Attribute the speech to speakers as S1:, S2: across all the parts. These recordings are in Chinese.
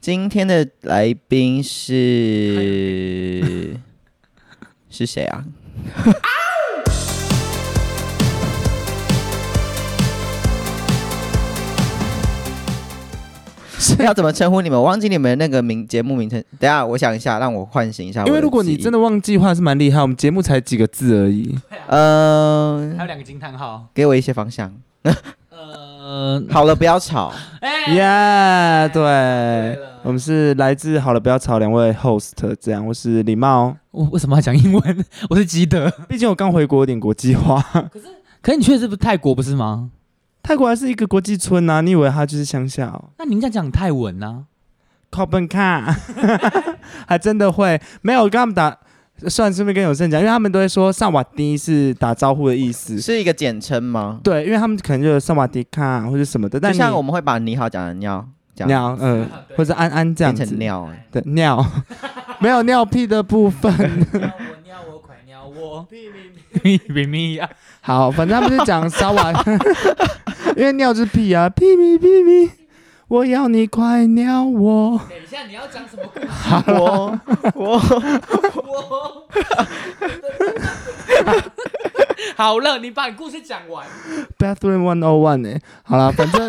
S1: 今天的来宾是是谁啊？是要怎么称呼你们？我忘记你们那个名节目名称。等一下我想一下，让我唤醒一下我的记
S2: 因
S1: 忆。
S2: 为如果你真的忘记的话，是蛮厉害。我们节目才几个字而已，
S1: 嗯、
S3: 还有两个惊叹号。
S1: 给我一些方向。
S3: 呃，
S1: 好了，不要吵。
S3: 哎、
S2: 耶、对，
S3: 了
S2: 我们是来自好了不要吵两位 host，这样我是礼貌。
S3: 我为什么要讲英文？ 我是基德。
S2: 毕竟我刚回国，有点国际化。
S3: 可是你去的是不是泰国不是吗？
S2: 泰国还是一个国际村啊，你以为它就是乡下、哦？
S3: 那您这样讲啊泰文呐、
S2: 靠本卡， 还真的会没有我跟他们打。算顺便跟有胜讲，因为他们都会说“萨瓦迪”是打招呼的意思，
S1: 是一个简称吗？
S2: 对，因为他们可能就有“萨瓦迪卡”或者什么的，
S1: 就
S2: 但
S1: 像
S2: 你
S1: 我们会把你好讲成尿，讲
S2: 尿，嗯、或者安安这样
S1: 变
S2: 子
S1: 成尿、欸。
S2: 对尿，没有尿屁的部分。
S3: 啊。尿我尿我快尿我，咪咪咪啊！
S2: 好，反正他们就讲萨瓦， 因为尿是屁啊，屁咪屁咪，我要你快尿我。
S3: 等一下你要讲什么故事？哦
S1: 我我
S3: 我 好了，你把你故事讲完。
S2: Bathroom One O One 哎，好啦，反正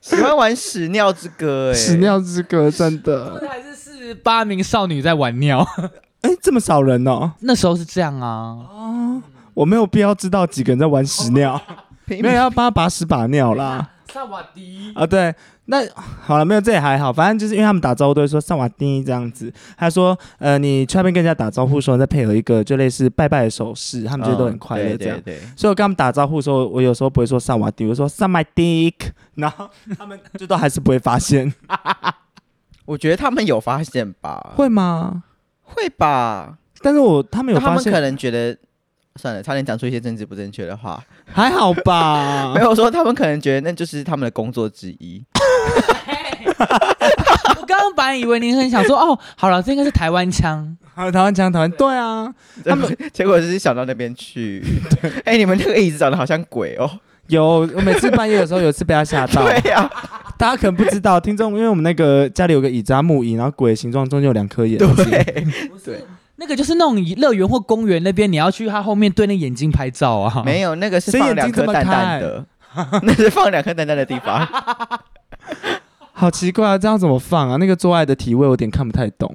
S1: 喜欢玩屎尿之歌哎、
S2: 屎尿之歌真 的，
S3: 还是四十八名少女在玩尿，
S2: 哎、这么少人哦、
S3: 那时候是这样啊。
S2: 我没有必要知道几个人在玩 屎尿，
S1: 屁
S2: 没有要帮他把屎把尿啦。
S3: 萨瓦迪，
S2: 啊，对，那好了，没有这也还好，反正就是因为他们打招呼都会说“萨瓦迪”这样子。他说，呃，你去那边跟人家打招呼的时候，再配合一个就类似拜拜的手势，他们觉得都很快乐
S1: 嗯
S2: 这样。
S1: 对对对，
S2: 所以我跟他们打招呼的时候，我有时候不会说“萨瓦迪”，我说“萨麦迪”，然后他们就都还是不会发现，
S1: 我觉得他们有发现吧？
S2: 会吗？
S1: 会吧？
S2: 但是我他们有
S1: 他
S2: 发
S1: 们可
S2: 现，
S1: 能觉得。算了，差点讲出一些政治不正确的话。
S2: 还好 吧
S1: 没？有说他们可能觉得那就是他们的工作之一。
S3: 我刚刚本来以为您很想说哦，好了，这应该是台湾腔。
S2: 好台湾腔，台湾对啊，
S1: 他们 结果就是想到那边去。哎、你们那个椅子长得好像鬼哦。
S2: 有我每次半夜的时候，有一次被他吓 到。
S1: 对啊呀、
S2: 大家可能不知道，听众，因为我们那个家里有个椅子啊，木椅，然后鬼的形状中间有两颗眼睛。
S1: 对，
S3: 对，那个就是那种乐园或公园那边，你要去它后面对那眼睛拍照啊。
S1: 没有那个是
S2: 谁
S1: 放
S2: 眼睛
S1: 两颗
S2: 这么
S1: 蛋蛋
S2: 开
S1: 的， 那是放两颗蛋蛋的地方。
S2: 好奇怪啊，这样怎么放啊？那个做爱的体位我有点看不太懂。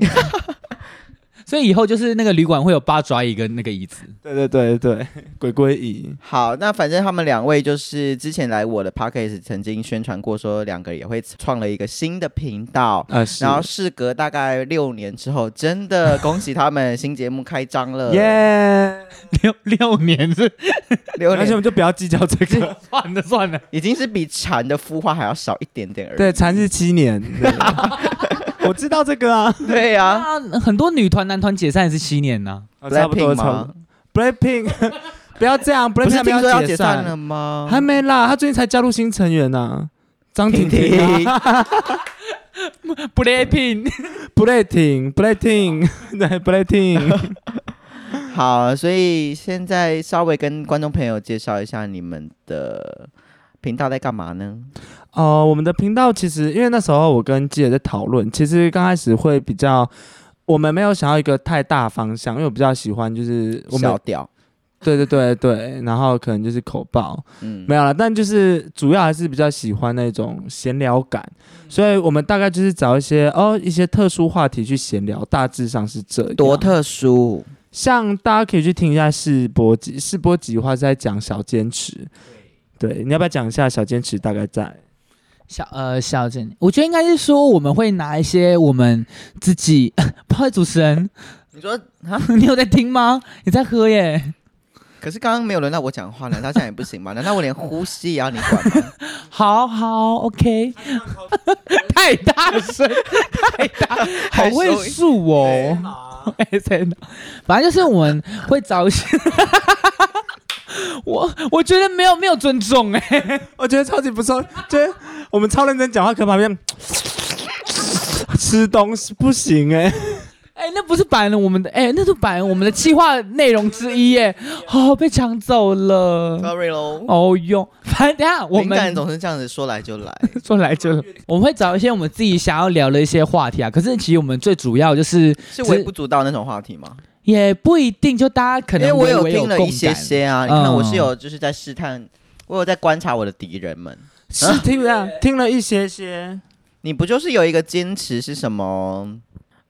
S3: 所以以后就是那个旅馆会有八爪椅跟那个椅子。
S2: 对对对对，鬼鬼椅。
S1: 好，那反正他们两位就是之前来我的 p o d c a s t 曾经宣传过，说两个也会创了一个新的频道。
S2: 呃，是。
S1: 然后事隔大概六年之后，真的恭喜他们新节目开张了！
S2: 耶！
S3: 六六年是
S1: 六
S2: 而且
S1: 年
S2: 我们就不要计较这个。
S3: 算了算了，
S1: 已经是比蝉的孵化还要少一点点而已。
S2: 对，残是七年。对我知道这个啊，
S1: 对呀、
S3: 啊，很多女团男团解散也是七年呐、
S1: 啊
S2: 哦差不多。差不
S1: 吗
S2: 多？Blackpink，不 要这样
S1: 不是
S2: ，Blackpink
S1: 听说要
S2: 要
S1: 解
S2: 散
S1: 散了，吗？
S2: 还没啦，他最近才加入新成员呢，张婷婷 啊。
S3: Blackpink，
S2: 不累停，不累停，对，不累停。
S1: 好，所以现在稍微跟观众朋友介绍一下你们的频道在干嘛呢？
S2: 哦，我们的频道其实因为那时候我跟基野在讨论，其实刚开始会比较，我们没有想要一个太大方向，因为我比较喜欢就是我
S1: 小
S2: 们
S1: 调，
S2: 对对对对，然后可能就是口爆
S1: 嗯
S2: 没有了，但就是主要还是比较喜欢那种闲聊感，
S1: 嗯
S2: 所以我们大概就是找一些哦一些特殊话题去闲聊，大致上是这样。
S1: 多特殊。
S2: 像大家可以去听一下试播集，试播集的话是在讲小坚持。对，你要不要讲一下小坚持大概在？
S3: 小呃小郑，我觉得应该是说我们会拿一些我们自己， 不好意思，主持人，
S1: 你说啊？
S3: 你有在听吗？你在喝耶？
S1: 可是刚刚没有轮到我讲话，难道这样也不行 吗？难道我连呼吸也要你管吗？
S3: 好好，OK，太大 声，太大，好会数哦。S N，反正就是我们会找一些， 我我觉得没有没有尊重哎、
S2: 我觉得超级不错，就是我们超认真讲话，可旁边吃东西不行哎、
S3: 哎、那不是版我们的，哎、那是版我们的企划内容之一耶，哦，被抢走了，
S1: ，sorry 喽。
S3: 哦哟，反正等一下我
S1: 灵感
S3: 们
S1: 总是这样子，说来就来。
S3: 说来就来，我们会找一些我们自己想要聊的一些话题啊，可是其实我们最主要就是
S1: 是微不足道那种话题吗？
S3: 也不一定，就大家可
S1: 因为
S3: 能
S1: 我
S3: 微
S1: 有
S3: 微
S1: 听了
S3: 共
S1: 一些
S3: 感
S1: 些啊，你看我
S3: 嗯
S1: 是有就是在试探，我有在观察我的敌人们。
S2: 是听了听了一些些，
S1: 你不就是有一个坚持是什么？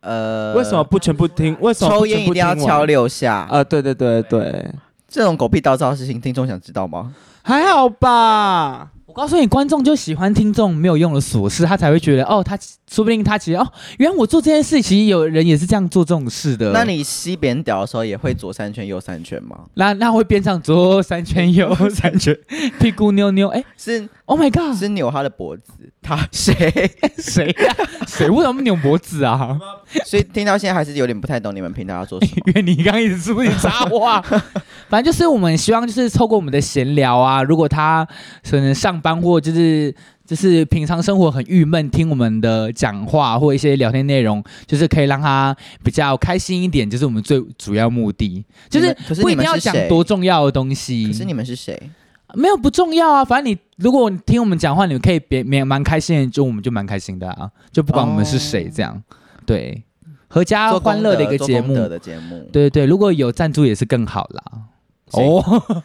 S1: 呃，
S2: 为什么不全部听？为什么
S1: 抽
S2: 不
S1: 烟
S2: 全
S1: 一
S2: 部
S1: 定要
S2: 听完
S1: 敲六下？
S2: 啊？对对对对，
S1: 这种狗屁倒灶的事情，听众想知道吗？
S2: 还好吧。
S3: 我告诉你，观众就喜欢听这种没有用的琐事，他才会觉得哦，他说不定他其实哦，原来我做这件事，其实有人也是这样做这种事的。
S1: 那你吸扁屌的时候也会左三圈右三圈吗？
S3: 那那会边上左三圈右三圈， 屁股扭扭，哎
S1: 是
S3: ，Oh my god，
S1: 是扭他的脖子，他谁？
S3: 谁 呀、谁为什么扭脖子啊？
S1: 所以听到现在还是有点不太懂你们频道要做什么。
S3: 因为你刚刚一直是不是插话？ 反正就是我们希望就是透过我们的闲聊啊，如果他可能上班或就是就是平常生活很郁闷，听我们的讲话或一些聊天内容，就是可以让他比较开心一点，就是我们最主要目的， 就
S1: 你
S3: 是
S1: 们可是
S3: 不一
S1: 你们
S3: 定要
S1: 是
S3: 讲
S1: 谁？
S3: 多重要的东西。
S1: 可是你们是谁？
S3: 没有不重要啊，反正你如果你听我们讲话，你可以别蛮蛮开心的，就我们就蛮开心的啊，就不管我们是谁
S1: 哦
S3: 这样，对，合家
S1: 做
S3: 欢乐的一个
S1: 功德
S3: 节
S1: 做功
S3: 目
S1: 德，的节目。
S3: 对对，如果有赞助也是更好啦。
S1: 行
S3: 哦，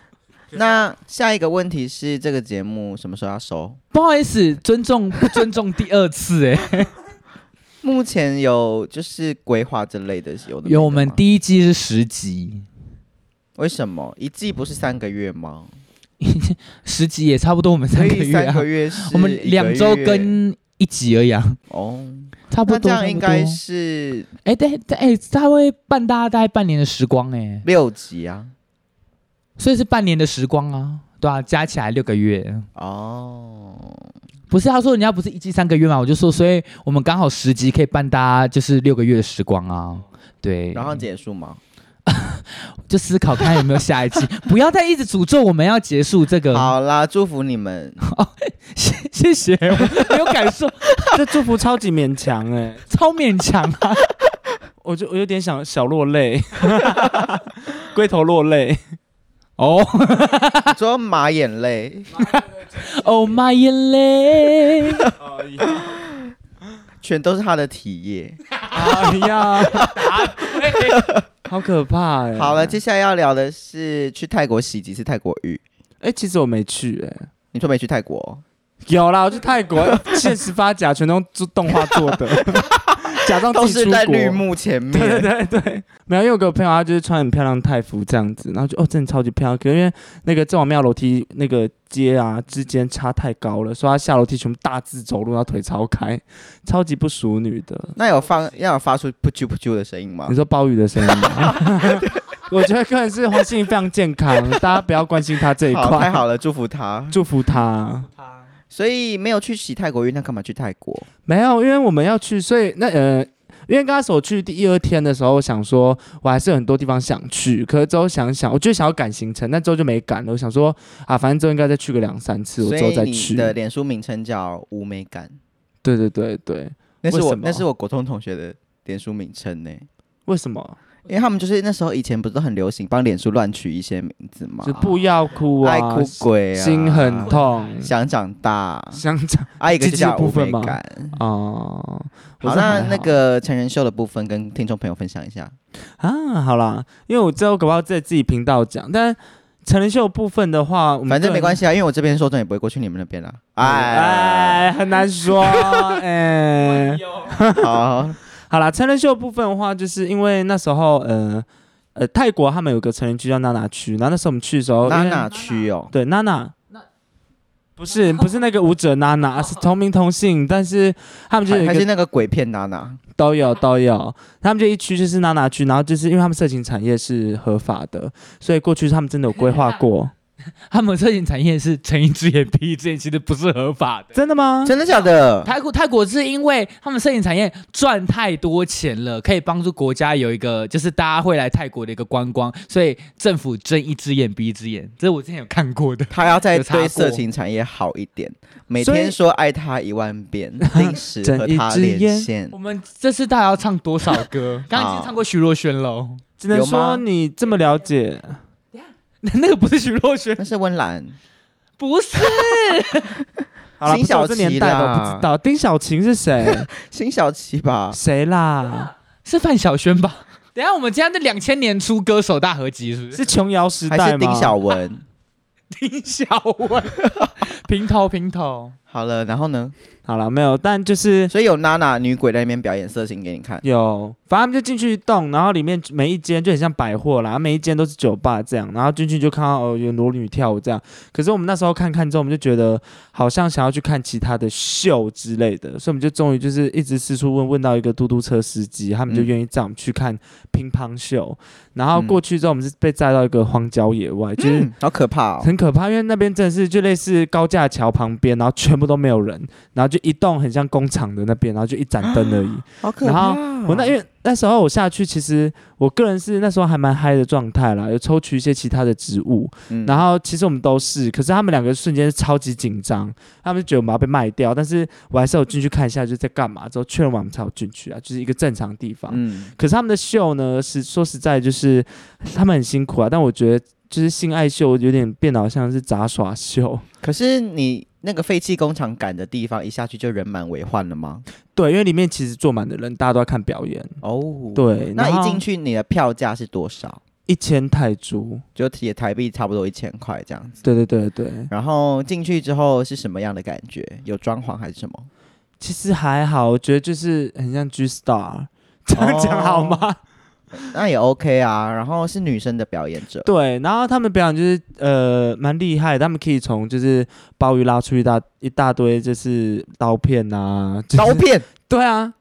S1: 那下一个问题是这个节目什么时候要收？
S3: 不好意思，尊重不尊重第二次哎、
S1: 目前有就是规划之类的，有的没的
S3: 有我们
S1: 吗
S3: 第一季是十集，
S1: 为什么一季不是三个月吗？
S3: 十集也差不多我们
S1: 所
S3: 三个
S1: 以
S3: 月
S1: 三
S3: 啊
S1: 个，月是
S3: 我们
S1: 一个
S3: 两周
S1: 月
S3: 跟一集而已啊，
S1: 哦，
S3: 差不
S1: 那这
S3: 多。差
S1: 样
S3: 不
S1: 应该
S3: 多
S1: 是
S3: 哎，对对，哎，他会伴大家大概半年的时光哎、
S1: 六集啊。
S3: 所以是半年的时光啊，对啊，加起来六个月。
S1: 哦，
S3: 不是他说人家不是一季三个月嘛，我就说，所以我们刚好十集可以伴大家就是六个月的时光啊。对，
S1: 然后结束吗？
S3: 就思考看有没有下一 季，不要再一直诅咒我们要结束这个。
S1: 好啦，祝福你们。
S3: 谢 谢谢，我没有感受，
S2: 这祝福超级勉强哎、
S3: 超勉强啊。
S2: 我就我有点想小落泪，龟头落泪。
S3: 哦
S1: 说马眼泪，
S3: 哦，妈眼泪，
S1: 全都是他的体液。
S2: 哎呀， 好可怕哎、
S1: 好了，接下来要聊的是去泰国洗几次泰国浴。
S2: 哎、其实我没去哎、
S1: 你说没去泰国？
S2: 有啦，我去泰国，现实发夹全都用动画做 的，假装
S1: 都
S2: 自己
S1: 是
S2: 出
S1: 在
S2: 国
S1: 绿幕前面。
S2: 对对对对，没有，因为我有个朋友，他就是穿很漂亮的泰服这样子，然后就哦，真的超级漂亮。可是因为那个郑王庙楼梯那个阶啊之间差太高了，所以他下楼梯全部大字走路，然后腿超开，超级不淑女的。
S1: 那有放要有发出噗啾噗啾的声音吗
S2: 你？说鲍鱼的声音吗？ 我觉得个人是黄心怡非常健康，大家不要关心她这一
S1: 好，太
S2: 块，
S1: 好了，祝福他。
S2: 祝福她。
S1: 所以没有去洗泰国浴，那干嘛去泰国？
S2: 没有，因为我们要去，所以那呃，因为刚开始我去第一二天的时候，我想说我还是有很多地方想去，可是之后想想，我就想要赶行程，但之后就没赶了。我想说啊，反正之后应该再去个两三次，我
S1: 所
S2: 之后
S1: 以
S2: 再
S1: 你
S2: 去。
S1: 的脸书名称叫“无美感
S2: 对对对对，”，
S1: 那是
S2: 为
S1: 我
S2: 什么
S1: 那是我国中同学的脸书名称呢、
S2: 为什么？
S1: 因为他们就是那时候以前不是都很流行帮脸书乱取一些名字嘛，
S2: 就不要哭啊，
S1: 爱哭哎鬼啊，
S2: 心很痛，
S1: 想长大，
S2: 想讲
S1: 啊一个就叫
S2: 积极的部
S1: 无
S2: 分
S1: 美
S2: 吗
S1: 感。
S2: 哦。我
S1: 好，
S2: 是还
S1: 那那个成人秀的部分跟听众朋友分享一下。
S2: 啊，好啦，因为我之后搞不好在自己频道讲，但成人秀部分的话，我们
S1: 反正没关
S2: 系。
S1: 系啊，因为我这边受众也不会过去你们那边啦。哎，
S2: 哎，很难说，哎、
S1: 好，
S2: 好啦，成人秀部分的话，就是因为那时候呃呃泰国他们有个成人区叫娜娜区，然后那时候我们去的时候，
S1: 娜
S2: 因为
S1: 娜区哦，
S2: 对娜娜。不是不是那个舞者娜娜，是同名同姓，但是他们就
S1: 还
S2: 是有
S1: 还
S2: 一
S1: 是
S2: 个
S1: 那个鬼片娜娜。
S2: 都有都有，他们就一区就是娜娜区，然后就是因为他们色情产业是合法的，所以过去他们真的有规划过。
S3: 他们色情产业是睁一只眼闭一只眼，其实不是合法 的。
S2: 真的吗？
S1: 真的假的？
S3: 泰国泰国是因为他们摄影产业赚太多钱了，可以帮助国家有一个就是大家会来泰国的一个观光，所以政府睁一只眼闭一只眼，这是我之前有看过的。
S1: 他要再
S3: 有查
S1: 对色
S3: 过
S1: 情产业好一点，每
S2: 所以
S1: 天说爱他一万 遍，定时
S2: 睁
S1: 和
S2: 一
S1: 他
S2: 只
S1: 连
S2: 眼
S1: 线
S3: 我。们这次到底要唱多少歌？啊刚刚已经唱过徐若瑄喽，
S2: 只能
S1: 有吗
S2: 说你这么了解，
S3: 那个不是徐若瑄，哦
S1: 那是温岚，
S3: 不是。
S2: 好了，
S1: 辛
S2: 不是
S1: 晓
S2: 我这
S1: 琪
S2: 年代的，
S1: 啦
S2: 我不知道丁小晴 是谁，
S1: 辛晓琪吧？
S2: 谁啦？
S3: 是范晓萱吧？等一下，我们今天这两千年初歌手大合集是不是？
S2: 是琼瑶时代
S1: 还
S2: 吗？
S1: 是丁晓文？
S3: 丁小文， 平头平头，
S1: 好了，然后呢？
S2: 好了，没有，但就是
S1: 所以有娜娜女鬼在那边表演色情给你看，
S2: 有，反正他们就进去一栋，然后里面每一间就很像百货啦，每一间都是酒吧这样，然后进去就看到哦有裸女跳舞这样。可是我们那时候看看之后，我们就觉得好像想要去看其他的秀之类的，所以我们就终于就是一直四处问，问到一个嘟嘟车司机，他们就
S1: 嗯
S2: 愿意载我们去看乒乓秀。然后
S1: 嗯
S2: 过去之后，我们是被载到一个荒郊野外，就是
S1: 嗯，好可怕哦！
S2: 很可怕，因为那边真的是就类似高架桥旁边，然后全部都没有人，然后就一栋很像工厂的那边，然后就一盏灯而已。
S1: 好可怕哦！
S2: 我那因为那时候我下去，其实我个人是那时候还蛮嗨的状态啦，有抽取一些其他的植物，
S1: 嗯
S2: 然后其实我们都是，可是他们两个瞬间是超级紧张，他们就觉得我们要被卖掉，但是我还是有进去看一下就是在干嘛，之后确认完我们才有进去啊，就是一个正常地方。
S1: 嗯，
S2: 可是他们的秀呢，是说实在就是他们很辛苦啊，但我觉得就是性爱秀有点变得好像是杂耍秀，
S1: 可是你那个废弃工厂赶的地方，一下去就人满为患了吗？
S2: 对，因为里面其实坐满的人，大家都在看表演，
S1: 哦，，
S2: 对，
S1: 那一进去
S2: 去
S1: 你的票价是多少？
S2: 一千泰铢，
S1: 就也台币差不多一千块这样子。
S2: 对对对对。
S1: 然后进去之后是什么样的感觉？有装潢还是什么？
S2: 其实还好，我觉得就是很像 G Star，这样讲好吗？
S1: 那也 OK 啊。然后是女生的表演 者，
S2: 对，然后他们表演就是呃蛮厉害的，他们可以从就是鲍鱼拉出一大一大堆就是刀片啊，就是、
S1: 刀片
S2: 对啊，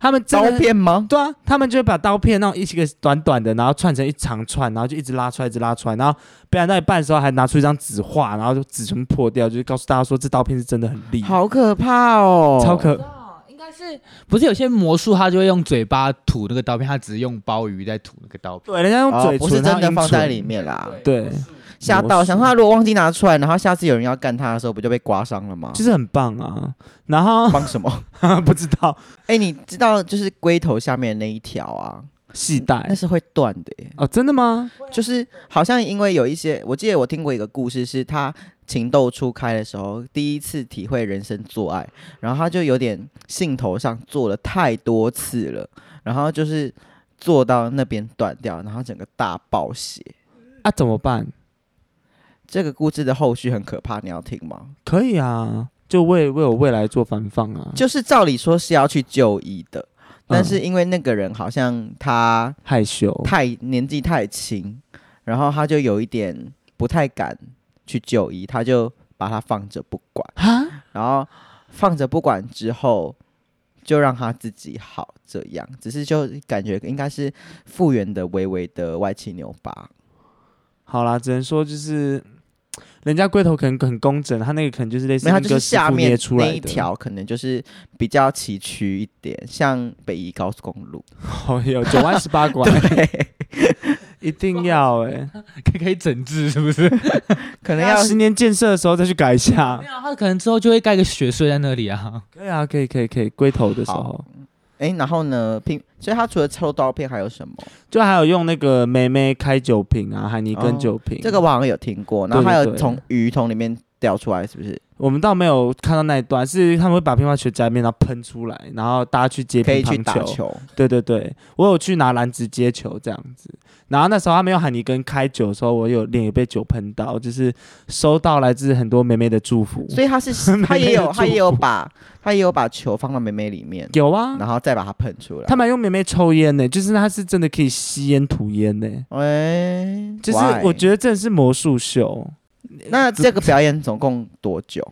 S2: 他们 真
S1: 刀
S2: 的
S1: 片吗？
S2: 对啊，他们就会把刀片那种一起个短短的，然后串成一长串，然后就一直拉出来，一直拉出来，然后表演到一半的时候还拿出一张纸画，然后就纸全部破掉，就是告诉大家说这刀片是真的很厉害，
S1: 好可怕哦！
S2: 超可
S3: 应该是不是有些魔术他就会用嘴巴吐那个刀片，他只是用鲍鱼在吐那个刀片。
S2: 对，人家用
S1: 哦
S2: 嘴唇、
S1: 不是真的放在里
S2: 面，
S1: 面啦，
S2: 对，
S1: 吓到，
S2: 魔术
S1: 想说他如果忘记拿出来，然后下次有人要干他的时候，不就被刮伤了吗？
S2: 就是很棒啊。然后
S1: 帮什么？
S2: 不知道，
S1: 哎、你知道就是龟头下面那一条啊，
S2: 系
S1: 那
S2: 带
S1: 是会断的耶，
S2: 哦，真的吗？
S1: 就是好像因为有一些，我记得我听过一个故事，是他情窦初开的时候，第一次体会人生做爱，然后他就有点兴头上做了太多次了，然后就是做到那边断掉，然后整个大爆血。
S2: 啊，怎么办？
S1: 这个故事的后续很可怕，你要听吗？
S2: 可以啊，就为为我未来做反放啊，
S1: 就是照理说是要去就医的，但
S2: 嗯
S1: 是因为那个人好像他
S2: 害羞，
S1: 太年纪太轻，然后他就有一点不太敢去就医，他就把他放着不管，
S3: 啊，
S1: 然后放着不管之后，就让他自己好，这样只是就感觉应该是复原的微微的歪七扭八，
S2: 好啦，只能说就是。人家龟头可能很工整，他那个可能就是类似
S1: 没有，他
S2: 那
S1: 就是
S2: 个师
S1: 下
S2: 傅
S1: 面
S2: 捏出
S1: 那
S2: 来
S1: 一
S2: 的，
S1: 条可能就是比较崎岖一点，像北宜高速公路，
S2: 哦，有九弯十八拐，一定要哎、
S3: 可以 可以整治是不是？
S1: 可能要
S2: 那十年建设的时候再去改一下
S3: 没。有，他可能之后就会盖个雪穗在那里啊。
S2: 可以啊，可以，可以，可以。龟头的时候
S1: 好，哎、然后呢，拼，所以他除了抽刀片还有什么？
S2: 就还有用那个梅梅开酒瓶啊，海尼
S1: 哦
S2: 根酒瓶。
S1: 这个我好像有听过，然后
S2: 对对
S1: 还有
S2: 对
S1: 从鱼桶里面掉出来，是不是？
S2: 我们倒没有看到那一段，是他们会把乒乓球夹里面然后喷出来，然后大家去接
S1: 可
S2: 乒
S1: 以去
S2: 乓
S1: 打球，
S2: 对对对，我有去拿篮子接球这样子。然后那时候他们用海尼根开酒的时候，我有脸也被酒喷到，就是收到来自很多妹妹的祝福。
S1: 所以他 是
S2: 妹妹
S1: 他也有
S2: 的
S1: 他也
S2: 祝
S1: 有
S2: 福
S1: 把他也有把球放到妹妹里面，
S2: 有啊，
S1: 然后再把它喷出来。
S2: 他们还用妹妹抽烟呢、就是他是真的可以吸烟吐烟呢、
S1: 哎、
S2: 就是我觉得真的是魔术秀。
S1: 得那这个表演总共多久？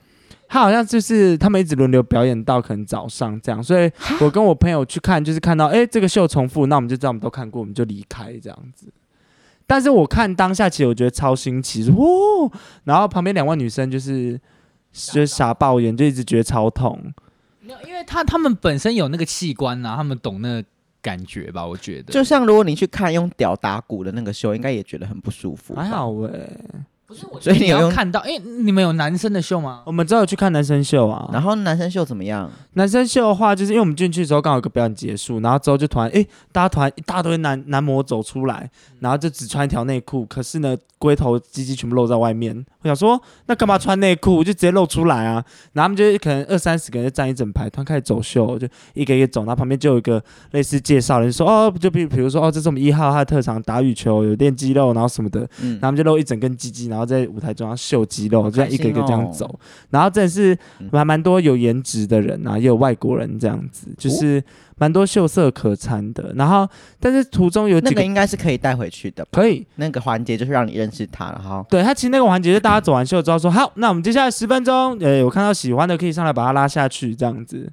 S2: 他好像就是他们一直轮流表演到可能早上这样，所以我跟我朋友去看，就是看到哎、诶这个秀重复，那我们就知道我们都看过，我们就离开这样子。但是我看当下，其实我觉得超新奇，说哦，然后旁边两位女生就是就是傻爆眼，就一直觉得超痛。
S3: 因为他他们本身有那个器官呐、啊，他们懂那个感觉吧？我觉得
S1: 就像如果你去看用屌打鼓的那个秀，应该也觉得很不舒服。
S2: 还，好哎、
S3: 不是我觉
S1: 所以
S3: 得
S1: 你
S3: 你
S1: 有
S3: 要
S1: 用
S3: 看到，哎、你们有男生的秀吗？
S2: 我们只有去看男生秀啊，
S1: 然后男生秀怎么样？
S2: 男生秀的话，就是因为我们进去的时候刚好有个表演结束，然后之后就突然哎、诶大家突然一大堆男男模走出来，然后就只穿一条内裤，可是呢，龟头、鸡鸡全部露在外面。我想说，那干嘛穿内裤？就直接露出来啊！然后他们就是可能二三十个人就站一整排，突然开始走秀，就一个一个走，然后旁边就有一个类似介绍人说，哦，就比比如说哦，这是我们一号，他的特长打羽球，有练肌肉，然后什么的，
S1: 嗯
S2: 然后他们就露一整根鸡鸡，然后在舞台中央秀肌肉，就这样一个一个
S1: 开
S2: 这
S1: 心
S2: 样
S1: 哦
S2: 走。然后真的是
S1: 嗯
S2: 还蛮多有颜值的人啊，也有外国人这样子，
S1: 哦
S2: 就是蛮多秀色可餐的。然后，但是途中有
S1: 那
S2: 几
S1: 个
S2: 个
S1: 应该是可以带回去的吧。
S2: 可以，
S1: 那个环节就是让你认识他，然后
S2: 对他其实那个环节就大家走完秀之后说，好，那我们接下来十分钟，呃，有看到喜欢的可以上来把他拉下去这样子。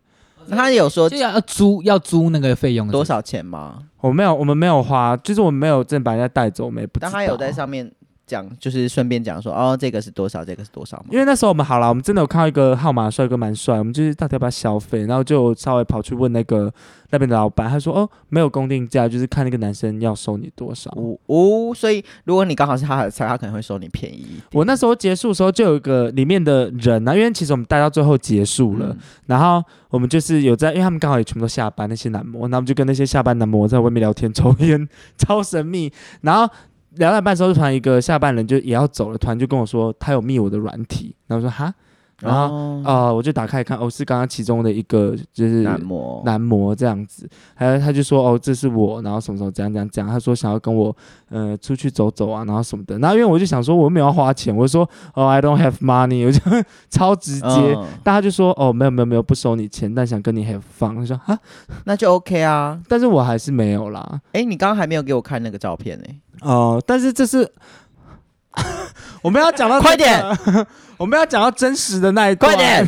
S1: 那他有说
S3: 就要要租要租那个费用是不
S1: 多
S3: 是？
S1: 少钱吗？
S2: 我没有，我们没有花，就是我们没有正把人家带走，我们也不知道。
S1: 但他有 在上面讲，就是顺便讲说，哦，这个是多少，这个是多少吗
S2: 因？为那时候我们好了，我们真的有看到一个号码帅哥蛮帅，我们就是到底要不要消费，然后就稍微跑去问那个那边的老板，他说哦没有公定价，就是看那个男生要收你多少。
S1: 五五、哦所以如果你刚好是他的菜，他可能会收你便宜一点。
S2: 我那时候结束的时候，就有一个里面的人啊，因为其实我们待到最后结束了，
S1: 嗯
S2: 然后我们就是有在，因为他们刚好也全部都下班，那些男模，然后我们就跟那些下班男模在外面聊天抽烟，超神秘。然后聊到一半的时候，突然一个下班人就也要走了，突然就跟我说他有密我的软体，然后我说哈，然后
S1: 哦，
S2: 啊，我就打开看，哦，是刚刚其中的一个就是
S1: 男模，
S2: 呃男模这样子，还有他就说哦，这是我，然后什么什么怎样怎样怎样，他说想要跟我呃出去走走啊，然后什么的，然后因为我就想说我又没有要花钱，我就说哦，I don't have money，我就 超直接。
S1: 嗯
S2: 大家就说哦，没有没有没有，不收你钱，但想跟你 have fun。我说啊，
S1: 那就 OK 啊。
S2: 但是我还是没有啦。
S1: 哎，你刚刚还没有给我看那个照片呢、
S2: 哦、但是这是 我们要讲到
S1: 快
S2: 这个
S1: 点，
S2: 我们要讲到真实的那一段。
S1: 快 点！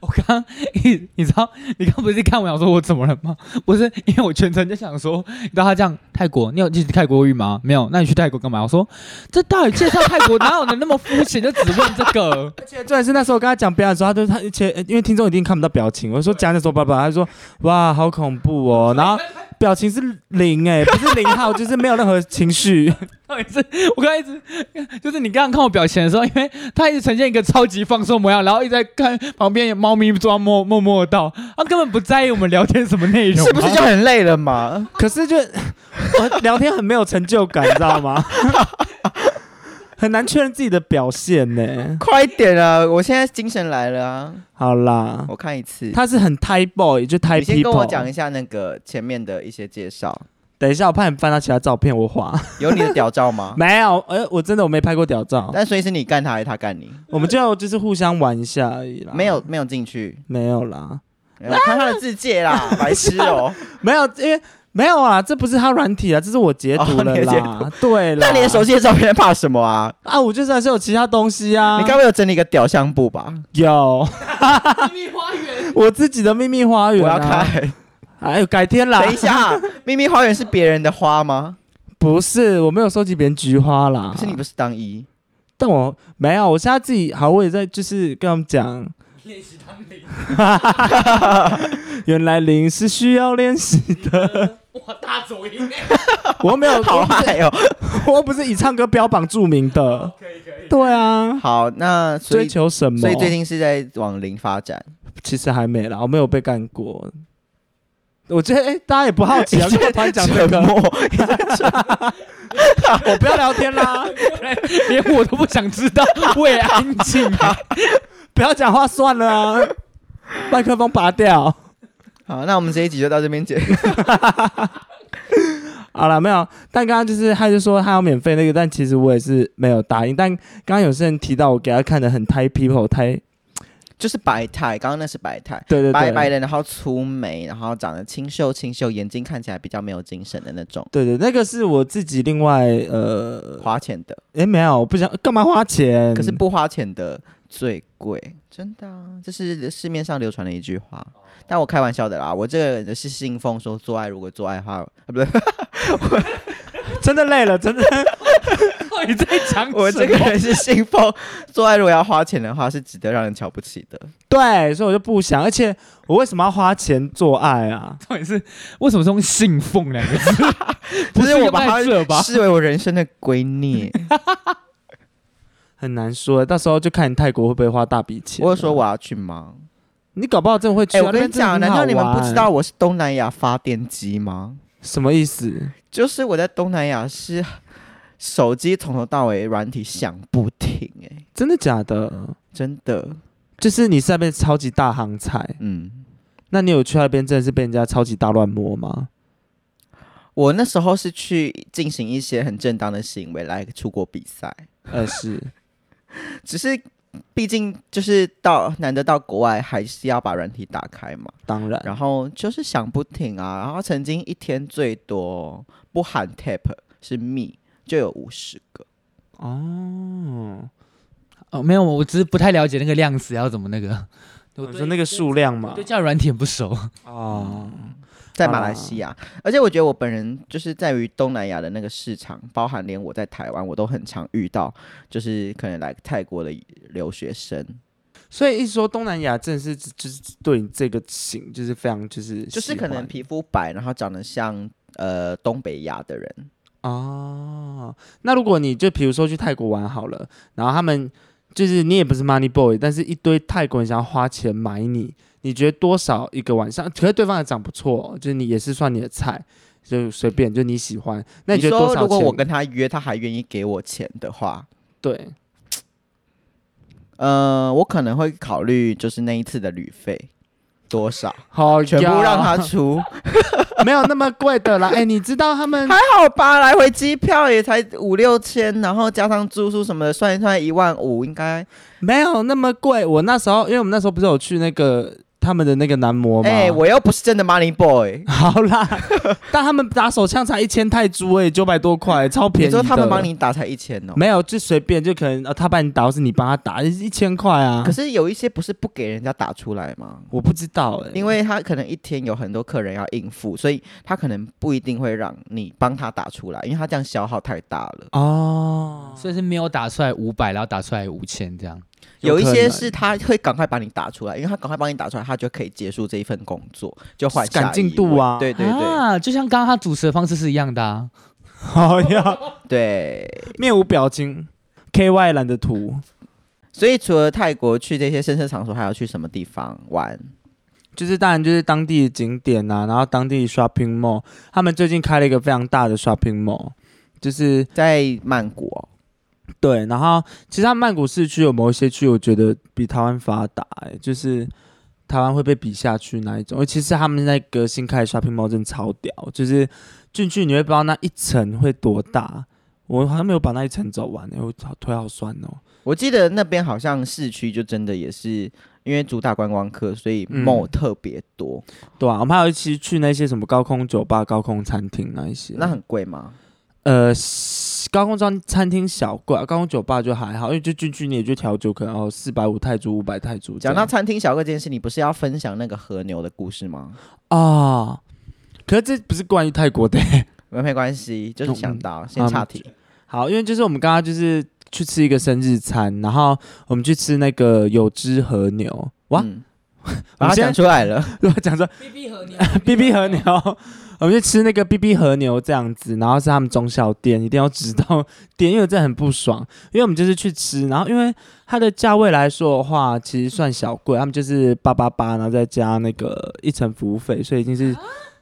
S3: 我刚你 你知道，你刚不是看我想说我怎么了吗？ 不是，因为我全程就想说，你知道他这样泰国，你有去泰国语吗？没有，那你去泰国干嘛？我说这到底介绍泰国哪有人那么肤浅，就只问这 个？
S2: 而且重点是那时候我跟他讲表演的时候，他就他一切，呃因为听众一定看不到表情，我就说讲的时候爸爸，他就说哇好恐怖哦，然后表情是零哎、不是零号，就是没有任何情绪。
S3: 到底是我刚才一直就是你刚刚看我表情的时候，因为他一直呈现一个超级放松模样，然后一直在看旁边有猫咪抓默默默到，他根本不在意我们聊天什么内容，
S1: 是不是就很累了嘛？
S2: 可是就我聊天很没有成就感，你知道吗？很难确认自己的表现呢、欸
S1: 快点啊！我现在精神来了啊！
S2: 好啦，
S1: 我看一次。
S2: 他是很 Thai boy，就 Thai
S1: 你
S2: people。
S1: 先跟我讲一下那个前面的一些介绍，
S2: 等一下我怕你翻到其他照片，我画
S1: 有 你的屌照吗？
S2: 没有，呃，我真的我没拍过屌照，
S1: 但所以是你干他，还是他干你？
S2: 我们就就是互相玩一下而已啦。
S1: 没有，没有进去。
S2: 没有啦。
S1: 哎我看他的字界啦， 白痴哦、
S2: 没有，因为没有啊，这不是他软体啊，这是我截图
S1: 哦
S2: 了
S1: 你的截
S2: 啦。对啦，
S1: 那你的手机的照片怕什么啊？
S2: 啊，我就是还是有其他东西啊。
S1: 你该不会有整理一个屌相簿吧？
S2: 有
S3: 秘密花园？
S2: 我自己的秘密花
S1: 我
S2: 园、
S1: 要
S2: 啊，
S1: 看。
S2: 哎呦，改天啦。
S1: 等一 下，秘密花园是别人的花吗？
S2: 不是，我没有收集别人菊花啦。
S1: 可是你不是当一？
S2: 但我没有，我现在自己好，我也在就是跟他们 讲，
S3: 练习当零，
S2: 原来零是需要练习的。
S3: 哇，大走音，
S2: 我没有，
S1: 好嗨哦、
S2: 我不是以唱歌标榜著名的。
S3: 哦可以可以。
S2: 对啊，
S1: 好，那所
S2: 追
S1: 以
S2: 求什么？
S1: 所以最近是在往零发 展。
S2: 其实还没啦，我没有被干过。我觉得，哎、大家也不好奇 啊，为什么突然讲这
S1: 沉
S2: 个？
S1: 默，
S2: 我不要聊天 啦，
S3: 连我都不想知道，我也安静。啊
S2: 不要讲话算了啊，麦克风拔掉。
S1: 好，那我们这一集就到这边结束。
S2: 好了，没有。但刚刚就是，他就说他要免费那个，但其实我也是没有答应。但刚刚有些人提到我给他看的很 Thai people Thai，
S1: 就是白菜，刚刚那是白菜，
S2: 对对对，
S1: 白白的，然后粗眉，然后长得清秀清秀，眼睛看起来比较没有精神的那种，
S2: 对对，那个是我自己另外呃，
S1: 花钱的。
S2: 哎没有，我不想干嘛花钱，
S1: 可是不花钱的最贵，嗯真的、啊，这是市面上流传的一句话。但 我开玩笑的啦，我这个人是信奉说做爱如果做爱的话，啊不对，
S2: 真的累了，真的。
S3: 到底在讲什么
S1: 我这个人是信奉做爱如果要花钱的话是值得让人瞧不起 的。
S2: 对，所以我就不想。而且我为什么要花钱做爱啊？
S3: 到底是为什么是用信奉两 个字？不
S1: 就是是我
S3: 用
S1: 把
S3: 爱
S1: 它
S3: 色吧？
S1: 视为我人生的圭 臬。
S2: 很难说，到时候就看你泰国会不会花大笔钱。啊
S1: 我有说我要去忙。
S2: 你搞不好真的会去、
S1: 哎、
S2: 啊。
S1: 我跟你讲，
S2: 那
S1: 难
S2: 边
S1: 道
S2: 真
S1: 你
S2: 的很好
S1: 们不
S2: 玩
S1: 知道我是东南亚发电机吗？
S2: 什么意思？
S1: 就是我在东南亚是手机从头到尾软体响不停、哎，
S2: 真的假的？
S1: 真的，
S2: 就是你是那边超级大行财，
S1: 嗯，
S2: 那你有去那边真的是被人家超级大乱摸吗？
S1: 我那时候是去进行一些很正当的行为来出国比赛，
S2: 呃，是，
S1: 只是毕竟就是到难得到国外，还是要把软体打开嘛。
S2: 当然，
S1: 然后就是想不停啊，然后曾经一天最多不含 tap 是 me 就有五十个，
S2: 哦，
S3: 哦，没有，我只是不太了解那个量词要怎么那个。我
S2: 我哦说那个数量嘛
S3: 对，叫软体很不熟。
S2: 哦，
S1: 在马来西亚，而且我觉得我本人就是在于东南亚的那个市场，包含连我在台湾，我都很常遇到，就是可能来泰国的留学生，
S2: 所以一说东南亚，真的是就是对你这个型就是非常就是
S1: 就是
S2: 喜
S1: 可能
S2: 欢
S1: 皮肤白，然后长得像呃东北亚的人，
S2: 哦。那如果你就比如说去泰国玩好了，然后他们就是你也不是 money boy，但是一堆泰国人想要花钱买你，你觉得多少一个晚上？可是对方也长不错哦，就是你也是算你的菜，就随便就你喜欢。那
S1: 你
S2: 觉得多
S1: 说
S2: 少钱？
S1: 如果我跟他约，他还愿意给我钱的话，
S2: 对
S1: 呃，我可能会考虑就是那一次的旅费多少。
S2: 好呀，
S1: 全部让他 出，哎
S2: 没有那么贵的啦。哎、你知道他们
S1: 还好吧？来回机票也才五六千，然后加上住宿什么的，算一算一万五，应该。
S2: 没有那么贵。我那时候，因为我们那时候不是有去那个他们的那个男模吗？
S1: 哎、我又不是真的 money boy。
S2: 好啦，但他们打手枪才一千泰铢哎、九百多块，超
S1: 你
S2: 便宜的。
S1: 说他们帮你打才一千 哦？
S2: 没有，就随便就可能、呃、他帮你打，或是你帮他打，一千块啊。
S1: 可是有一些不是不给人家打出来吗？
S2: 我不知道哎、
S1: 因为他可能一天有很多客人要应付，所以他可能不一定会让你帮他打出来，因为他这样消耗太大了。
S2: 哦，
S3: 所以是没有打出来五百，然后打出来五千这样。
S1: 有一
S2: 可
S1: 些
S2: 能
S1: 是他会赶快把你打出来，因为他赶快帮你打出来，他就可以结束这一份工作，就换
S2: 赶
S1: 下
S2: 进
S1: 一
S2: 度
S1: 位
S2: 啊
S1: 对对对、
S3: 啊，就像刚刚他主持的方式是一样的啊。
S2: 好哦呀，
S1: 对。
S2: 面无表情，K Y 懒得涂，
S1: 所以除了泰国去这些深色场所，还要去什么地方玩？
S2: 就是当然就是当地的景点啊，然后当地 shopping mall，他们最近开了一个非常大的 shopping mall，就是
S1: 在曼谷、哦，
S2: 对，然后其实它曼谷市区有某一些区，我觉得比台湾发达、欸，就是台湾会被比下去那一种。而其实他们那个新开的 shopping mall 真的超屌，就是进去你会不知道那一层会多大。我好像没有把那一层走完、欸，我好腿好酸哦、
S1: 我记得那边好像市区就真的也是因为主打观光客，所以
S2: 嗯
S1: mall 特别多。
S2: 对啊，我们还有一起去那些什么高空酒吧、高空餐厅那一些。
S1: 那很贵吗？
S2: 呃，高空餐餐厅小贵，啊高空酒吧就还好，因为就进去你也就调酒，可能哦四百五泰铢、五百泰铢这
S1: 讲
S2: 样。
S1: 到餐厅小哥这件事，你不是要分享那个和牛的故事吗？
S2: 啊、可是这不是关于泰国的欸、
S1: 没没关系，
S2: 嗯
S1: 就是想到先岔题。
S2: 好，因为就是我们刚刚就是去吃一个生日餐，然后我们去吃那个有汁和牛，哇，
S1: 嗯，
S2: 我
S1: 把它
S2: 们
S1: 讲
S2: 先
S1: 出来了。
S2: 我讲说
S3: B B 和牛
S2: B B 和牛，我们去吃那个 B B 和牛这样子，然后是他们中小店，一定要知道点，因为我真的很不爽，因为我们就是去吃，然后因为它的价位来说的话，其实算小贵，他们就是八八八，然后再加那个一层服务费，所以已经
S3: 啊
S2: 是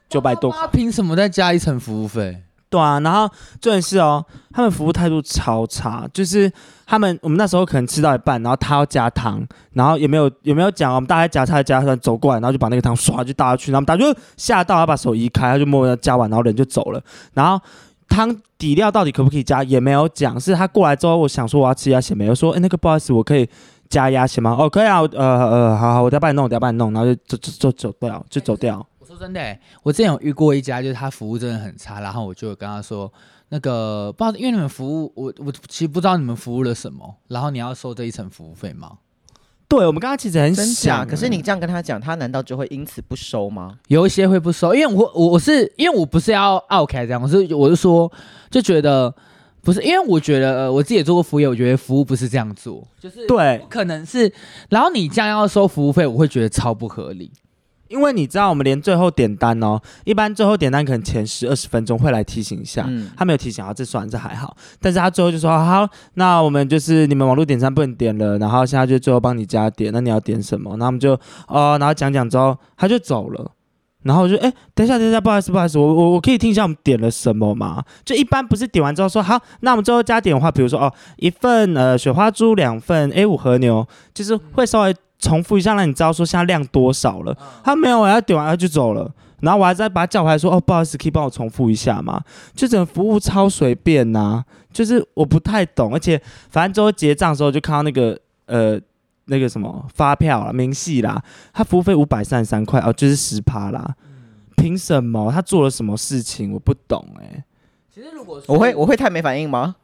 S2: 九百多块
S3: 他。凭什么再加一层服务费？
S2: 对啊，然后重点是哦，他们服务态度超差，就是他们我们那时候可能吃到一半，然后他要加汤，然后也没有也没有讲，我们大家夹菜夹菜走过来，然后就把那个汤唰就倒下去，然后我们大家就吓到，他把手移开，他就默默的加完，然后人就走了，然后。汤底料到底可不可以加也没有讲，是他过来之后，我想说我要吃鸭血梅，我说哎、那个不好意思，我可以加鸭血吗？哦可以啊，我呃呃好好，我再帮你弄，我再帮你弄，然后就就就就走掉，就走掉。
S3: 我说真的、欸，我之前有遇过一家，就是他服务真的很差，然后我就有跟他说，那个不知道，因为你们服务，我我其实不知道你们服务了什么，然后你要收这一层服务费吗？
S2: 对，我们刚刚其实很
S1: 真假？
S2: 想，
S1: 啊
S2: 啊
S1: 可是你这样跟他讲，他难道就会因此不收吗？
S3: 有一些会不收，因为我我我是因为我不是要 OK 这样，我是我是说就觉得不是，因为我觉得、呃、我自己也做过服务业，我觉得服务不是这样做，就是
S2: 对
S3: 不，可能是，然后你这样要收服务费，我会觉得超不合理。
S2: 因为你知道我们连最后点单哦，一般最后点单可能前十二十分钟会来提醒一下，
S1: 嗯，
S2: 他没有提醒啊，这算这还好，但是他最后就说好，那我们就是你们网络点餐不能点了，然后现在就最后帮你加点，那你要点什么？然后我们就哦，然后讲讲之后他就走了。然后我就哎，等一下，等一下，不好意思，不好意思，我我我可以听一下我们点了什么吗？就一般不是点完之后说好，那我们最后加点的话，比如说哦，一份呃雪花猪，两份 A 五和牛，就是会稍微重复一下，让你知道说现在量多少了。他没有，我要点完他就走了，然后我还再把他叫回来说哦，不好意思，可以帮我重复一下吗？就整个服务超随便呐、就是我不太懂，而且反正最后结账的时候就看到那个呃那个什么发票啦、明细啦，他服务费五百三十三块哦，就是十趴啦，凭什么？他做了什么事情？我不懂哎、
S3: 其实如果
S1: 我会我会太没反应吗？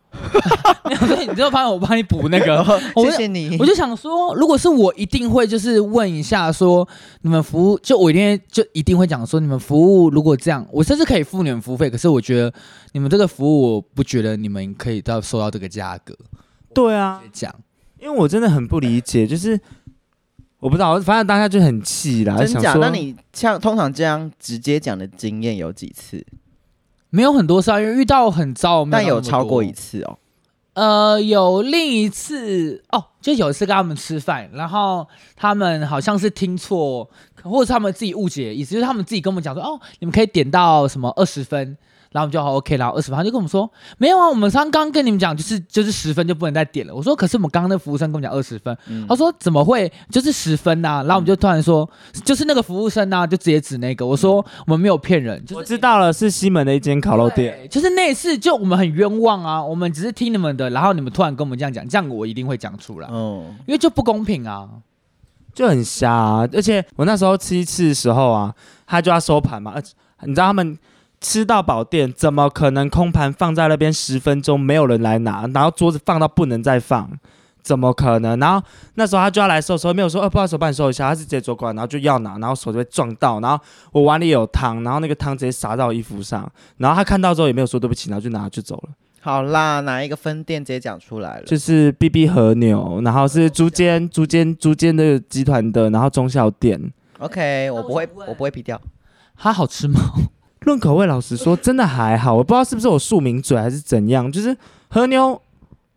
S3: 没有，所以你知道，发现我帮你补那 个，我
S1: 谢谢你
S3: 我。就想说，如果是我，一定会就是问一下说，你们服务就我一定就一定会讲说，你们服务如果这样，我甚至可以付你们服务费，可是我觉得你们这个服务，我不觉得你们可以到收到这个价格。
S2: 对啊，
S3: 讲
S2: 因为我真的很不理解，就是我不知道，反正大家就很气啦，
S1: 真
S2: 想
S1: 假？
S2: 说
S1: 那你像通常这样直接讲的经验有几次？
S3: 没有很多次啊，因为遇到很糟，没
S1: 但有
S3: 有那么多
S1: 超过一次哦。
S3: 呃，有另一次哦，就有一次跟他们吃饭，然后他们好像是听错，或者是他们自己误解意思，就是他们自己跟我们讲说，哦，你们可以点到什么二十分，然后我们就好 OK，然后二十分，他就跟我们说，没有啊，我们刚刚跟你们讲，就是就是十分就不能再点了。我说，可是我们刚刚那服务生跟我们讲二十分，
S1: 嗯
S3: 他说怎么会就是十分呐、然后我们就突然说，就是那个服务生呐、啊就直接指那个，我说
S1: 嗯
S3: 我们没有骗人，就是
S2: 我知道了，是西门的一间烤肉店，
S3: 对，就是那一次就我们很冤枉啊，我们只是听你们的，然后你们突然跟我们这样讲，这样我一定会讲出来，
S1: 嗯，
S3: 因为就不公平啊。
S2: 就很瞎、啊。而且我那时候吃一次的时候啊，他就要收盘嘛，而且你知道他们吃到饱店怎么可能空盘放在那边十分钟没有人来拿，然后桌子放到不能再放？怎么可能？然后那时候他就要来收的时候，没有说，呃、不好意思，我帮你收一下。他是直接走过来，然后就要拿，然后手就被撞到，然后我碗里有汤，然后那个汤直接洒到我衣服上，然后他看到之后也没有说对不起，然后就拿就走了。
S1: 好啦，哪一个分店直接讲出来了？
S2: 就是 B B 和牛，然后是竹间竹间竹间的集团的，然后中小店。
S1: OK，我
S3: 我
S1: 不会
S3: 想，问
S1: 我不会劈掉。
S3: 它好吃吗？
S2: 论口味，老实说，真的还好。我不知道是不是我庶民嘴还是怎样，就是和牛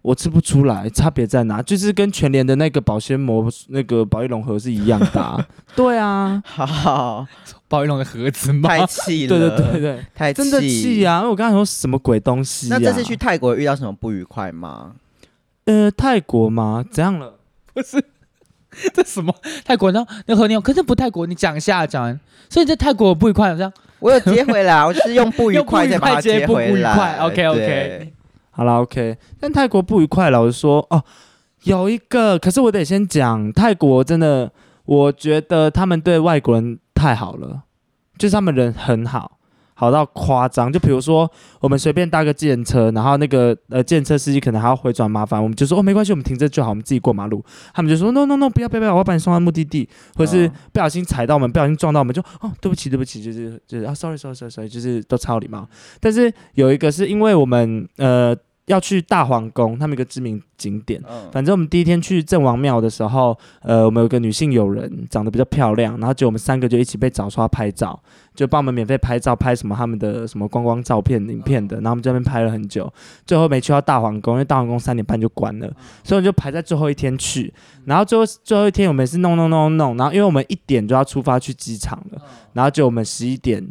S2: 我吃不出来差别在哪，就是跟全联的那个保鲜膜那个保利龙盒是一样的、啊。 对啊，
S1: 好，
S3: 鲍鱼龙的盒子吗？
S1: 太气
S2: 对
S1: 了，
S2: 对对对，
S1: 太
S2: 真的气啊！因为我刚才说什么鬼东西、啊？
S1: 那这次去泰国有遇到什么不愉快吗？
S2: 呃泰国吗？怎样了？
S3: 这什么泰国呢？那和牛，可是不泰国，你讲一下啊讲完。所以你在泰国不愉快，这样
S1: 我有接回 来啊，我就是用不愉
S3: 用不
S1: 快
S3: 愉
S1: 再把它
S3: 快接不不
S1: 回
S3: 愉快
S1: 来。
S3: ，OK，OK
S1: 对。
S2: 好啦 o、k 但泰国不愉快了，我就说哦，有一个，可是我得先讲泰国真的，我觉得他们对外国人太好了，就是他们人很好，好到夸张。就比如说我们随便搭个电车，然后那个呃电车司机可能还要回转麻烦，我们就说哦没关系，我们停这就好，我们自己过马路。他们就说 no no no 不要不要不要，我要把你送到目的地，或是
S1: 嗯
S2: 不小心踩到我们，不小心撞到我们就哦对不起对不起，就是就是啊 sorry sorry sorry sorry，就是都超礼貌。但是有一个是因为我们呃要去大皇宫，他们有一个知名景点。
S1: 嗯
S2: 反正我们第一天去郑王庙的时候，呃，我们有个女性友人长得比较漂亮，然后就我们三个就一起被找出来拍照，就帮我们免费拍照，拍什么他们的什么观光照片、影片的，然后我们这边拍了很久，最后没去到大皇宫，因为大皇宫三点半就关了，所以我们就排在最后一天去，然后最后最后一天我们是弄弄弄弄，然后因为我们一点就要出发去机场了，然后就我们十一点，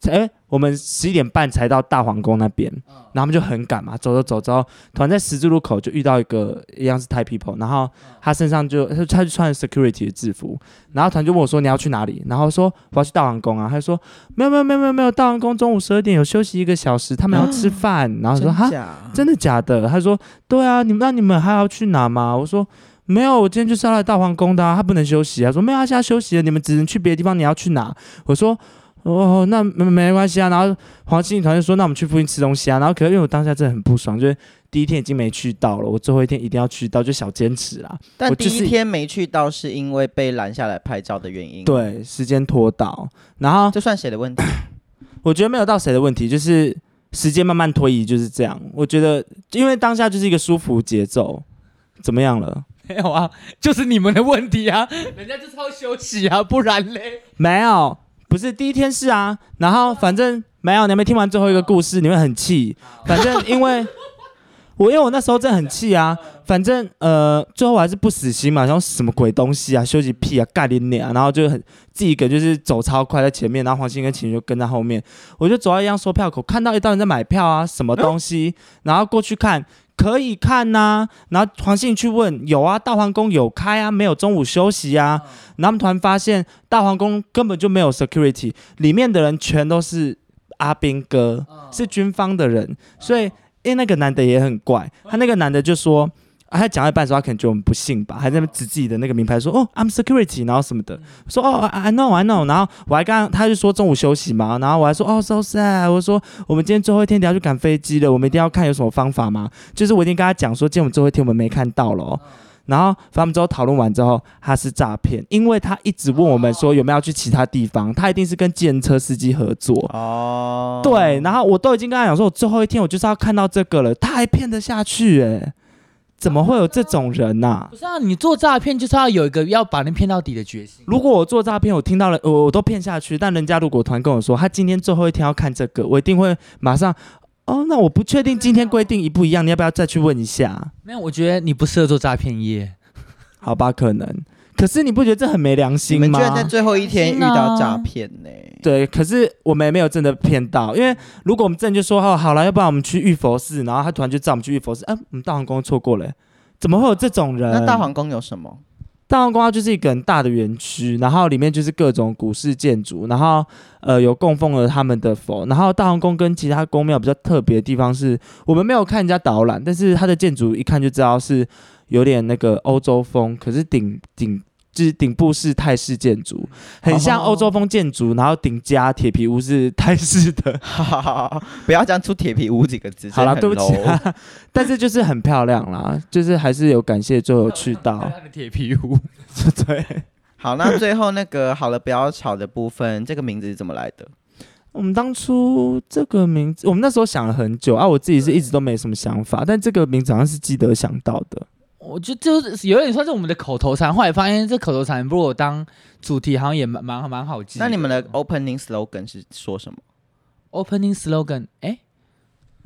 S2: 才哎、我们十一点半才到大皇宫那边，然后他们就很赶嘛，走走走之后，突然在十字路口就遇到一个一样是 Thai people，然后他身上就他他就穿 security 的制服，然后突然就问我说你要去哪里？然后说我要去大皇宫啊，他就说没有没有没有没有没有，大皇宫中午十二点有休息一个小时，他们要吃饭，然后我说哈
S1: 真。假？
S2: 真的假的？他说对啊，你们那你们还要去哪吗？我说没有，我今天就是要来大皇宫的、啊，他不能休息啊。他说没有，他现在休息了，你们只能去别的地方，你要去哪？我说哦，那没没关系啊。然后黄心团就说，那我们去附近吃东西啊。然后可是因为我当下真的很不爽，就是第一天已经没去到了，我最后一天一定要去到，就小坚持啊啦。
S1: 但
S2: 我
S1: 第
S2: 就是
S1: 一天没去到是因为被拦下来拍照的原因。，
S2: 对，啊时间拖到，然后
S1: 这算谁的问 题？
S2: 我觉得没有到谁的问题，就是时间慢慢推移就是这样。我觉得因为当下就是一个舒服节奏，怎么样了？
S3: 没有啊，就是你们的问题啊，人家就是要休息啊，不然嘞，
S2: 没有，不是第一天是啊。然后反正没有，你还没听完最后一个故事，你会很气。反正因为我因为我那时候真的很气啊。反正呃，最后我还是不死心嘛，然后什么鬼东西啊，休息屁啊，干你脸啊，然后就很自己一个就是走超快在前面，然后黄兴跟秦宇就跟在后面。我就走到一样售票口，看到一道人在买票啊，什么东西，然后过去看。可以看呐、然后黄信去问，有啊，大皇宫有开啊，没有中午休息啊。然后他们突然发现大皇宫根本就没有 security，里面的人全都是阿兵哥，是军方的人，所以因为那个男的也很怪，他那个男的就说。啊、他讲到一半的时候，他可能觉得我们不信吧，还在那边指自己的那个名牌说：“哦，I'm security，然后什么的。”我说：“哦，I I know, I know。”然后我还刚他就说中午休息嘛，然后我还说：“哦，so sad。”我说：“我们今天最后一天等一下去赶飞机了，我们一定要看有什么方法吗？”就是我已经跟他讲说，今天我们最后一天我们没看到了、哦。然后他们之后讨论完之后，他是诈骗，因为他一直问我们说有没有要去其他地方，他一定是跟计程车司机合作。
S1: 哦，
S2: 对，然后我都已经跟他讲说，我最后一天我就是要看到这个了，他还骗得下去哎、怎么会有这种人呐、
S3: 不是啊，你做诈骗就是要有一个要把人骗到底的决心。
S2: 如果我做诈骗，我听到了，呃我我都骗下去。但人家如果突然跟我说他今天最后一天要看这个，我一定会马上哦，那我不确定今天规定一不一样，你要不要再去问一下？
S3: 没有，我觉得你不适合做诈骗业。
S2: 好吧，可能。可是你不觉得这很没良
S1: 你
S2: 心
S1: 们
S2: 吗
S1: 居？然在最后一天遇到诈骗呢？
S2: 对，可是我们也没有真的骗到，因为如果我们真的就说哦，好了，要不然我们去玉佛寺，然后他突然就叫我们去玉佛寺，哎、我们大皇宫错过了、怎么会有这种人？
S1: 那大皇宫有什么？
S2: 大皇宫它就是一个很大的园区，然后里面就是各种古式建筑，然后呃有供奉了他们的佛。然后大皇宫跟其他宫庙比较特别的地方是，我们没有看人家导览，但是它的建筑一看就知道是有点那个欧洲风，可是顶顶。就是顶部是泰式建筑，很像
S1: 哦
S2: 欧洲风建筑，然后顶加铁皮屋是泰式的，
S1: 哈哈哈哈不要讲出“铁皮屋”几个字。
S2: 好啦，对
S1: 真
S2: 不
S1: 的很
S2: 起、
S1: low
S2: 啊， 但是就是很漂亮啦，就是还是有感谢最后有去 到，
S3: 的铁皮屋，
S2: 对，啊
S1: 好，那最后那个好了，不要吵的部分，这个名字是怎么来的？
S2: 我们当初这个名字，我们那时候想了很久啊，我自己是一直都没什么想法，但这个名字好像是基德想到的。
S3: 我觉得就是有点算是我们的口头禅。后来发现这口头禅如果当主题，好像也蛮蛮蛮好记。
S1: 那你们的 opening slogan 是说什么？
S3: opening slogan，哎，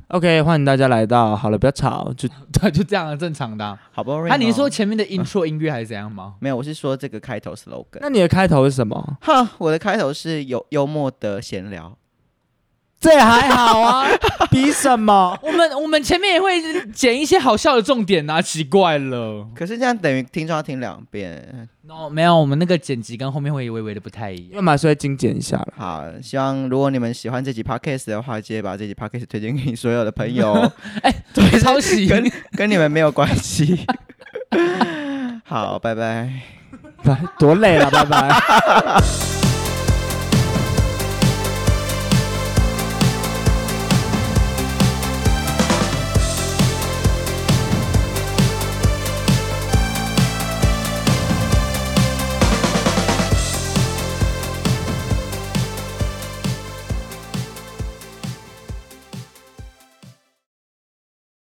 S2: OK，欢迎大家来到，好了，不要吵，就
S3: 对，就这样啊正常的啊。
S1: 好不容易。
S3: 那你是说前面的 intro 音乐还是怎样吗？
S1: 没有？我是说这个开头 slogan。
S2: 那你的开头是什么？
S1: 哈，我的开头是有幽默的闲聊。
S2: 这也还好 啊，比什 么？
S1: 嗯
S3: 我们我们前面也会剪一些好笑的重点啊，奇 怪了。
S1: 可是这样等于听众要听两遍。
S3: no 没有，我们那个剪辑跟后面会微微的不太一
S2: 因
S3: 样。
S2: 为马上会精简一下了。
S1: 好，希望如果你们喜欢这集 podcast 的话，记得把这集 podcast 推荐给你所有的朋 友。
S3: 哎
S1: 对
S3: 抄袭
S1: 跟跟你们没有关系。 好，拜拜。
S2: 来，多累了，拜拜。